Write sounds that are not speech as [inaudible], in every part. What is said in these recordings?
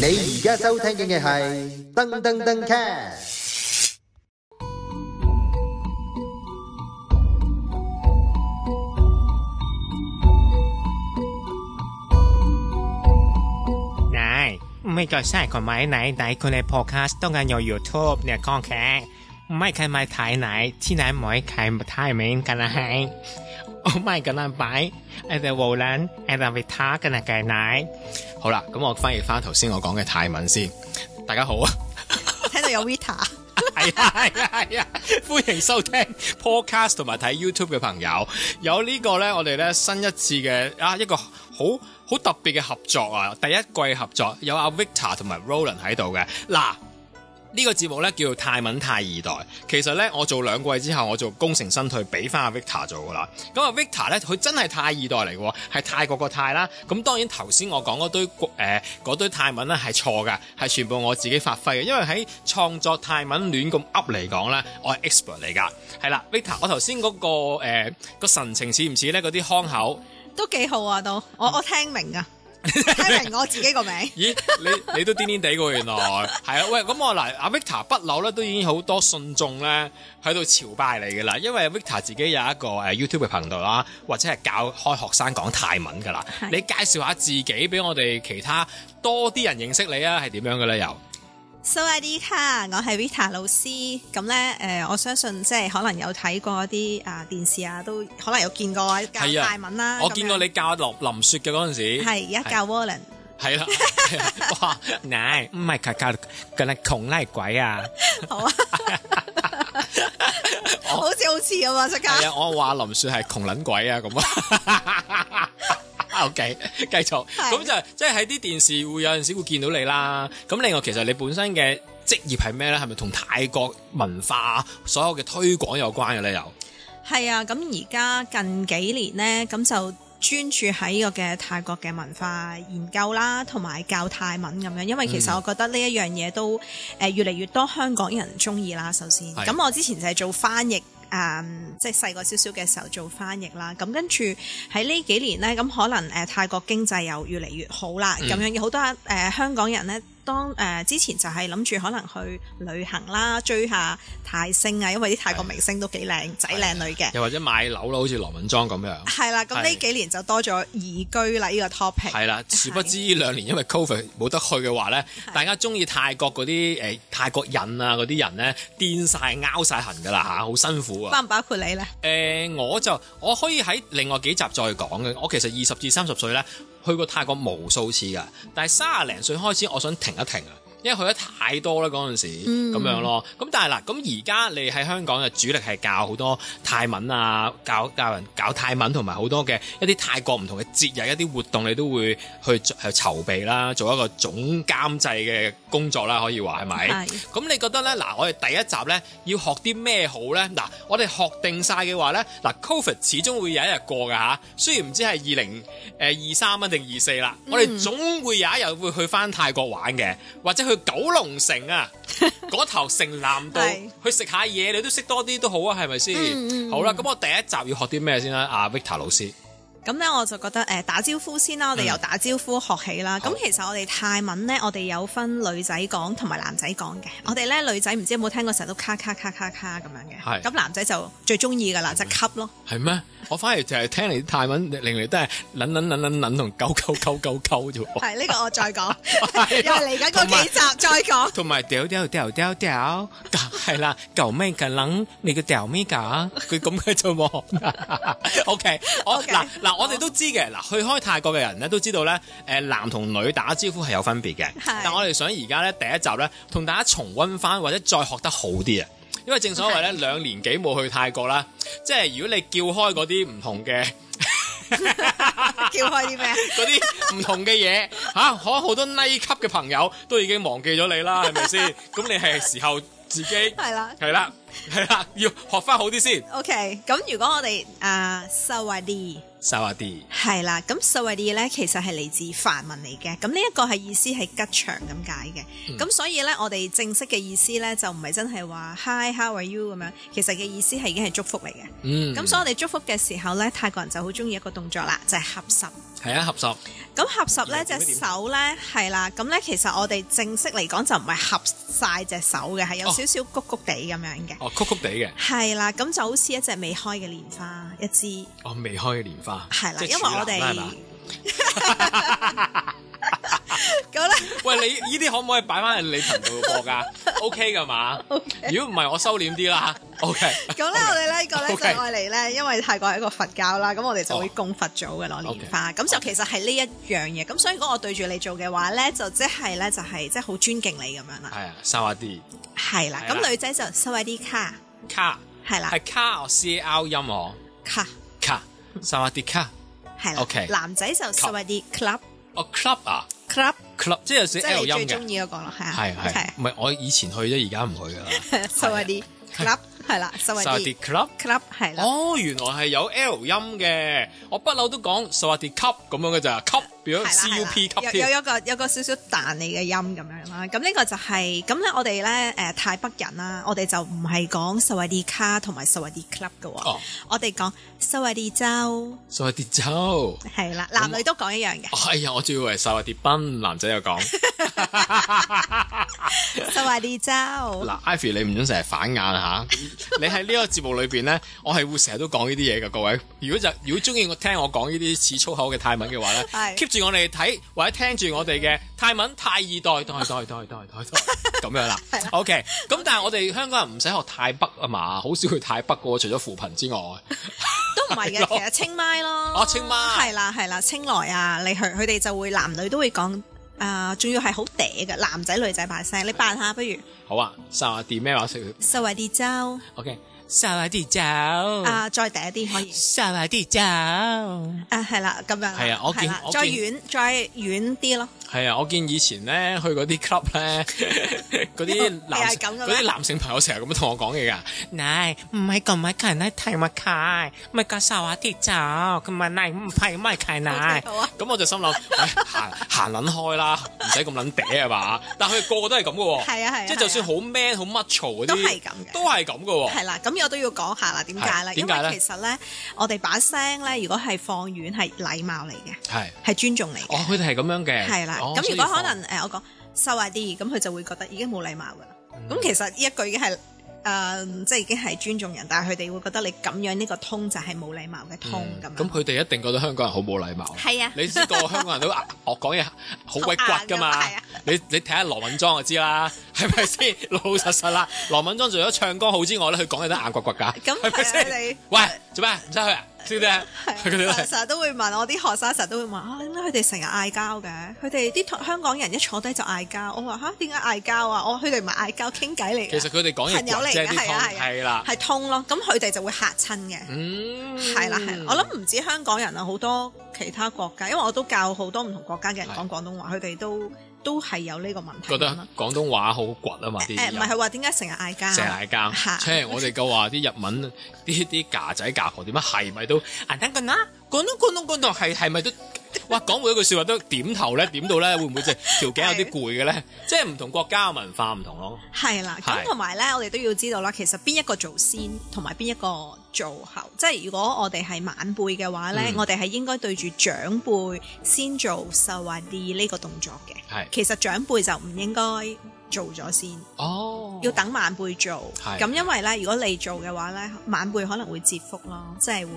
你而家收聽嘅係噔噔噔 cast。 นายไม่ก็ใช่คนไหมไหนไหนคนในพอดแคสต์ต้องการอยู่ยูทูบเนี่ยก้องแค่ไม่เคยมาถ่ายไหนที่ไหนหมอยใครมาถ่ายเหมือนกันนะฮะโอ้ไม่ก็นั่นไปไอ้แต่โวลันไอ้แต่ไปท้ากันนะแกไหน好啦，咁我翻譯翻頭先我講嘅泰文先。大家好啊，聽到有 Vita，係啊係啊係啊，歡迎收聽 podcast 同埋睇 YouTube 嘅朋友。有呢個咧，我哋咧新一次嘅啊一個好好特別嘅合作啊，第一季合作有阿 Victor 同埋 Roland 喺度嘅嗱。呢個節目咧叫做泰文泰二代，其實咧我做兩季之後，我做功成身退，俾翻阿 Victor 做噶啦。咁阿 Victor 咧，佢真係泰二代嚟嘅喎，係泰國個泰啦。咁當然頭先我講嗰堆誒呃嗰、堆泰文咧係錯㗎，係全部我自己發揮嘅，因為喺創作泰文亂咁噏嚟講咧，我係 expert 嚟㗎。係啦，Victor，我頭先嗰個誒、個神情似唔似咧嗰啲腔口？都幾好啊！都我我聽明啊，聽明我自己個 [laughs] 名。咦，你你都癲癲地喎，原來係啊！喂，咁我嗱，阿 Victor 不嬲咧，都已經好多信眾咧喺度朝拜你噶啦，因為 Victor 自己有一個誒 YouTube 嘅頻道啦，或者係教開學生講泰文噶啦。係你介紹下自己俾我哋其他多啲人認識你啊，係點樣嘅咧？又 So I D 卡，我係 Vita 老師。咁咧，誒、我相信即係可能有睇過啲啊電視啊，都可能有見過啊教係啊泰文啦。我咁樣見過你教林林雪嘅嗰陣時，係而家教 Warren，係啦，哇！嗱，唔係教教教你窮拉鬼啊！好 [laughs] 啊， [laughs] 好似好似咁啊！即刻係啊，我話林雪係窮撚鬼啊，咁啊。O [laughs] K，繼係續，咁就即係喺啲電視會有陣時會見到你啦。咁另外其實你本身嘅職業係咩咧？係咪同泰國文化所有嘅推廣有關嘅咧？又係啊！咁而家近幾年咧，咁就。專注喺呢個嘅泰國嘅文化研究啦，同埋教泰文咁樣，因為其實嗯我覺得呢一樣嘢都誒越嚟越多香港人中意啦。首先，係咁我之前就係做翻譯。誒、即係細個少少嘅時候做翻譯啦，咁跟住喺呢幾年呢，咁可能誒、泰國經濟又越嚟越好啦，嗯咁、樣樣好多誒、香港人呢，當誒、之前就係諗住可能去旅行啦，追下泰星啊，因為啲泰國明星都幾靚仔靚女嘅，又或者買樓啦，好似羅文莊咁樣，係啦，咁呢係幾年就多咗移居啦呢、個 topic。係啦。殊不知呢兩年因為 Covid 冇得去嘅話咧，大家中意泰國嗰啲誒泰國人啊嗰啲人咧，癲晒、拗晒痕㗎啦嚇，好辛苦啊！包唔包括你呢？誒、呃我就我可以喺另外幾集再講嘅。我其實二十至三十歲咧，去過泰國無數次㗎，但係三十零歲開始，我想停一停啊，因為去得太多啦嗰陣時，咁、樣咯。咁但係嗱，咁而家你喺香港嘅主力係教好多泰文啊，教教人教泰文同埋好多嘅一啲泰國唔同嘅節日、一啲活動，你都會去做去籌備啦，做一個總監制嘅工作啦，可以話係咪？係咁你覺得咧？嗱，我哋第一集咧要學啲咩好咧？嗱，我哋學定晒嘅話咧，嗱，Covid 始終會有一日過㗎吓，雖然唔知係二零誒二三啊定二四啦，嗯我哋總會有一日會去翻泰國玩嘅，或者去九龍城 [laughs] 啊，嗰頭城南道係去食下嘢，你都識多啲都好啊，係咪先？嗯嗯好啦，咁我第一集要學啲咩先啦？阿、Victor 老師，咁咧我就覺得誒、打招呼先啦，我哋由打招呼學起啦。咁、嗯好其實我哋泰文呢，我哋有分女仔講同埋男仔講嘅。我哋咧女仔唔知有冇聽過成日都咔咔咔咔咔咁樣係嘅，嗯咁男仔就最中意噶啦，就吸 [laughs] 咯。係咩？我反而就係聽你啲泰文，令你都係撚撚撚撚撚同鳩鳩鳩鳩鳩啫喎。係呢、個我再講，係又啊嚟緊嗰幾集再講。同埋掉掉掉掉掉，係啦，救命噶撚，你個掉咩噶？佢咁嘅啫喎。OK，我 OK，嗱嗱，我哋都知嘅，嗱，去開泰國嘅人咧都知道咧，誒男同女打招呼係有分別嘅，係但我哋想而家咧第一集咧同大家重温翻，或者再學得好啲啊！因為正所謂咧，兩年幾冇去泰國啦，即係如果你叫開嗰啲唔同嘅。叫開啲咩？ [laughs] 嗰啲唔同嘅嘢嚇，可能好多 Nike 級 [laughs] 嘅朋友都已經忘記咗你啦，係咪先？咁你係時候自己 [laughs] 係啦。係啦，系啦，要學翻好啲先。 OK，咁如果我哋啊薩瓦迪沙瓦啲，係啦，咁薩瓦迪咧其實係嚟自梵文嚟嘅，咁呢一個係意思係吉祥咁解嗯嘅，咁、所以咧我哋正式嘅意思咧就唔係真係話 Hi，how are you 咁樣，其實嘅意思係已經係祝福嚟嘅。嗯，咁所以我哋祝福嘅時候咧，泰國人就好中意一個動作啦，就係、合十。系啊，合十咁合十咧係點啊隻手咧係啦，咁咧其實我哋正式嚟講就唔係合晒隻手嘅，係有哦少少谷谷地咁樣嘅。哦，曲曲地嘅，係啦，咁就好似一隻未開嘅蓮花，一支係哦，未開嘅蓮花，啦，即係因為處男我哋啦係啊嘛 [laughs] 咁咧 [laughs] 喂，你呢啲可唔可以擺翻喺你頻道度播噶 [laughs] ？OK 噶嘛？如果唔係，我收斂啲啦。OK，咁咧我哋呢個咧 OK 就愛嚟咧，因為泰國係一個佛教啦，咁我哋就會供佛祖嘅哦攞蓮花，咁就其實係呢一樣嘢。咁所以如果我對住你做嘅話咧，就即係咧就係即係好尊敬你咁樣啦。係啊，沙瓦啲係啦，係啦咁女仔就收位啲卡，卡係啦係卡哦，C L 音哦，卡。卡沙瓦啲卡，係啦 OK 男仔就所謂啲 club 哦 club 啊 club， club，即係有時即係 L 你音最嘅中，意嗰個咯，係啊，係係，唔係我以前去啫，而家 [laughs] 唔去噶啦。係所謂啲 club 係啦，所謂沙瓦啲啊啲 club。 club 係啦，哦，原來係有 L 音嘅，我不嬲都講 s w a t i cup 咁樣嘅咋，cup 變係咗啦 C U P 係啦有有 cup 添，有個有個少少彈你嘅音咁樣啦。咁呢個就係咁咧，我哋咧誒泰北人啦，我哋就唔係講所謂啲卡同埋所謂啲 club 嘅喎哦，我哋講所謂啲州 s w a t i 酒，係啦，男女都講一樣嘅。哎呀，我仲以為 s w a t i 賓男仔又講，所謂啲 [laughs] 州嗱，Ivy 你唔准成日反眼啊吓，你喺呢個節目裏邊咧，我係會成日都講呢啲嘢嘅，各位。如果就如果中意我聽我講呢啲似粗口嘅泰文嘅話咧係，keep 住我哋睇或者聽住我哋嘅泰文泰二代代代代代代代咁樣啦。OK，咁但係我哋香港人唔使學泰北啊嘛，好少去泰北嘅喎，除咗扶貧之外。都唔係嘅，其實清邁咯，哦清邁係啦係啦，清萊啊，你去佢哋就會男女都會講。啊，仲要係好嗲嘅，男仔女仔把聲，你扮下不如。好啊，沙瓦地咩話食薩維迪州？OK，沙瓦地酒，哦啊，再嗲啲可以。沙瓦地酒。係啊，係啦，咁樣啦。係啊我見係啦我見再遠再遠啲咯。啊，我見以前咧去嗰啲 club 咧， [laughs] 嗰啲男係咁嘅咩嗰啲男性朋友成日咁同我講嘢噶。奶唔係咁啊咪契奶提咪契，咪加沙瓦地酒，咁咪奶唔係咪契奶 OK，好啊。 [laughs] 咁我就心諗，喂，行行撚開啦，唔使咁撚嗲啊嘛。但佢哋個個都係咁嘅喎，係啊係啊哦即係就算好 man 好 macho 嗰啲，都係咁嘅都係咁嘅喎。係啦，咁我都要講下啦，點解咧？係點因解呢為其實咧，我哋把聲咧，如果係放遠係禮貌嚟嘅，係。係尊重嚟哦，嘅，佢哋係咁樣嘅。係啦。哦咁所如以果放可能誒，我講收下啲，咁佢就會覺得已經冇禮貌噶啦。嗯咁其實呢一句已經係誒，即係已經係尊重人，但係佢哋會覺得你咁樣呢個通就係冇禮貌嘅通嗯咁樣。咁佢哋一定覺得香港人好冇禮貌。係啊你知道香港人都 [laughs] 啊我講嘢好鬼骨㗎嘛好硬㗎嘛係啊？你你睇下羅敏莊就知啦，係咪 [laughs] 先？老老實實啦，羅敏莊除咗唱歌好之外咧，佢講嘢都硬骨骨㗎。咁係咪係啊你先？喂，做咩唔使去啊？知唔知啊？佢哋都係啊係成日都會問我啲學生，成日都會問啊，點解佢哋成日嗌交嘅？佢哋啲同香港人一坐低就嗌交。我話吓，點解嗌交啊？我話佢哋唔係嗌交，傾偈嚟嘅。其實佢哋講嘢朋友嚟骨嘅，啫啲係啊湯係係啊啦，。係通咯。咁佢哋就會嚇親嘅。嗯，係啦係啦，我諗唔止香港人啊，好多其他國家，因為我都教好多唔同國家嘅人係講廣東話，佢哋都都係有呢個問題覺得咁咯。廣東話好骨啊嘛啲誒唔係人佢話點解成日嗌交？啊成日交，嚇即係我哋夠話啲日文啲啲架仔架婆點解係咪都啊等緊啦，講到講到講到係係咪都哇講每一句説話都點頭咧，點到咧會唔會即係條頸有啲攰嘅咧？即係唔同國家嘅文化唔同咯。係啦，係咁同埋咧，我哋都要知道啦，其實邊一個做先，同埋邊一個做後。即係如果我哋係晚輩嘅話咧，嗯我哋係應該對住長輩先做受話啲呢個動作嘅。係其實長輩就唔應該做咗先，哦，要等晚輩做。係咁因為咧，如果你做嘅話咧，晚輩可能會折福咯，即係會，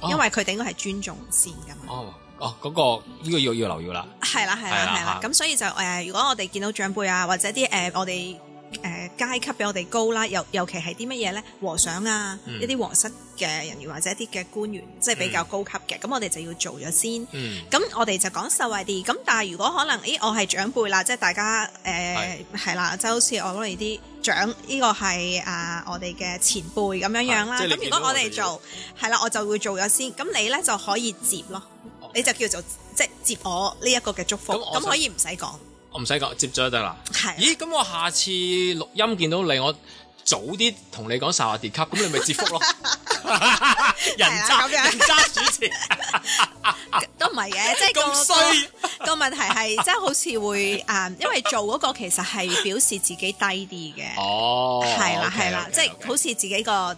哦因為佢哋應該係尊重先噶嘛。哦哦嗰個呢個要要留意啦。係啦，係係啦，啦係啦。嚇咁所以就誒、呃如果我哋見到長輩啊，或者啲誒、呃我哋誒、呃、階級比我哋高啦，尤尤其係啲乜嘢咧，和尚啊，嗯一啲皇室嘅人員或者一啲嘅官員，即係比較高級嘅，咁、我哋就要做咗先。嗯，咁我哋就講受惠啲，咁但係如果可能，咦，我係長輩啦，即係大家誒係啦，即係好似我哋啲長呢個係啊我哋嘅前輩咁樣樣啦。係即係你咁如見到果我哋我哋要做係啦，我就會做咗先，咁你咧就可以接咯哦，你就叫做即係接我呢一個嘅祝福，咁我咁想可以唔使講，我唔使講，接咗就得啦。係啦咦？咁我下次錄音見到你，我早啲同你講受下跌級，咁你咪接福 [laughs] 咯。人係啦渣咁樣人渣主持，都唔係嘅，即係個咁衰個個問題係，即係好似會啊，因為做嗰個其實係表示自己低啲嘅，哦，係啦 OK，係啦， OK，即係 OK 好似自己個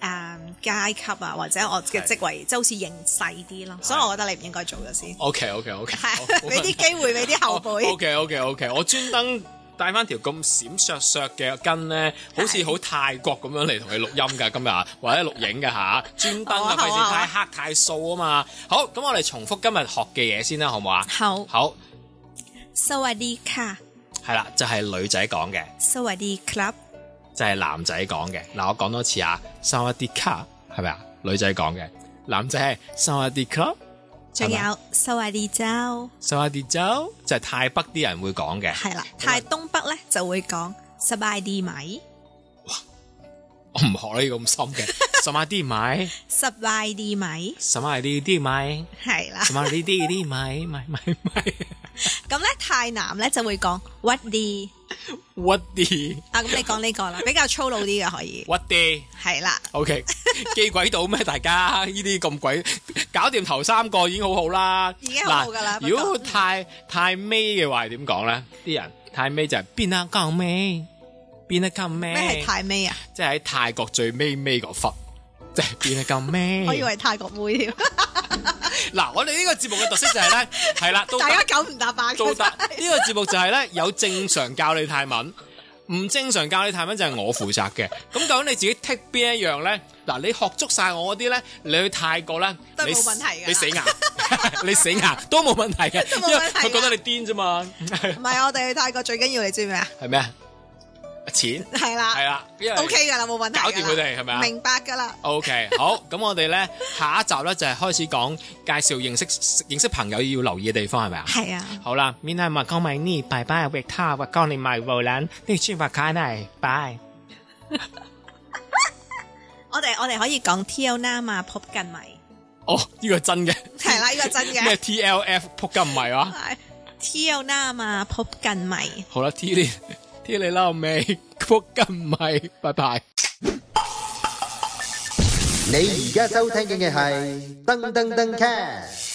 誒階級啊，或者我嘅係職位，即係好似形細啲咯，所以我覺得你唔應該做嘅先， OK OK OK，係啊俾啲機會俾啲後輩， OK OK OK，我專登。帶翻條咁閃削削嘅巾咧，好似好泰國咁樣嚟同你錄音㗎，今日啊 [laughs] 或者錄影㗎吓，專登好啊啊，費好啊事太黑太素啊嘛。好，咁我哋重複今日學嘅嘢先啦，好唔好啊？好，好， สวัสดีค่ะ，係啦，就係女仔講嘅， สวัสดีครับ，就係男仔講嘅。嗱，我講多次啊，沙瓦迪卡係咪啊？女仔講嘅，男仔係沙瓦迪卡，仲有สวัสดีเจ้า，沙瓦迪州就係泰北啲人會講嘅。係啦，太東北咧就會講สบายดีไหม，我唔學呢個咁深嘅，什麼啲買， สบายดีไหม，什麼啲啲買，係啦。什麼啲啲啲買，買買買，咁咧泰南咧就會講屈啲屈啲啊，咁你講呢個啦，比較粗魯啲嘅可以，屈啲係啦， ，OK，記鬼到咩？大家呢啲咁鬼，搞掂頭三個已經好好啦，已經好好㗎啦嗱如不過果太太尾嘅話係點講咧？啲人太尾就係邊啊咁尾，邊啊咁咩係尾，泰尾啊？即係喺泰國最尾尾個忽，即係邊啊咁 [laughs] 尾。我以為泰國妹添，嗱，我哋呢個節目嘅特色就係咧，係啦，都 [laughs] 大家九唔搭八嘅 [laughs] 做達呢個節目就係咧有正常教你泰文，唔正常教你泰文就係我負責嘅。咁究竟你自己剔邊一樣咧？嗱，你學足晒我嗰啲咧，你去泰國咧，都你冇問題㗎你死硬， [laughs] 你死硬都冇問題嘅， [laughs] 都冇問題㗎因為佢覺得你癲啫嘛， [laughs] 唔係我哋去泰國最緊要你知唔知啊？係咩啊？錢係係啦啦因為啊，OK 噶啦，冇問題㗎啦，搞掂佢哋係咪啊明白噶啦， OK，好，咁我哋咧下一集咧就係開始講介紹認識認識朋友要留意嘅地方係咪啊？係啊，好啦，明天嘛，康美尼，拜拜，维他，我告你买无人，你去把卡奈，拜。我哋我哋可以講 T L 啦嘛，撲近咪哦，呢、個真嘅，係啦，呢個真咩嘅 TLF 扑金唔係啊？ ，T L 啦嘛，撲近咪。好啦，T 你 T 你啦 [laughs] 尾，扑金唔係，拜拜。你而家收聽嘅係噔噔噔 c a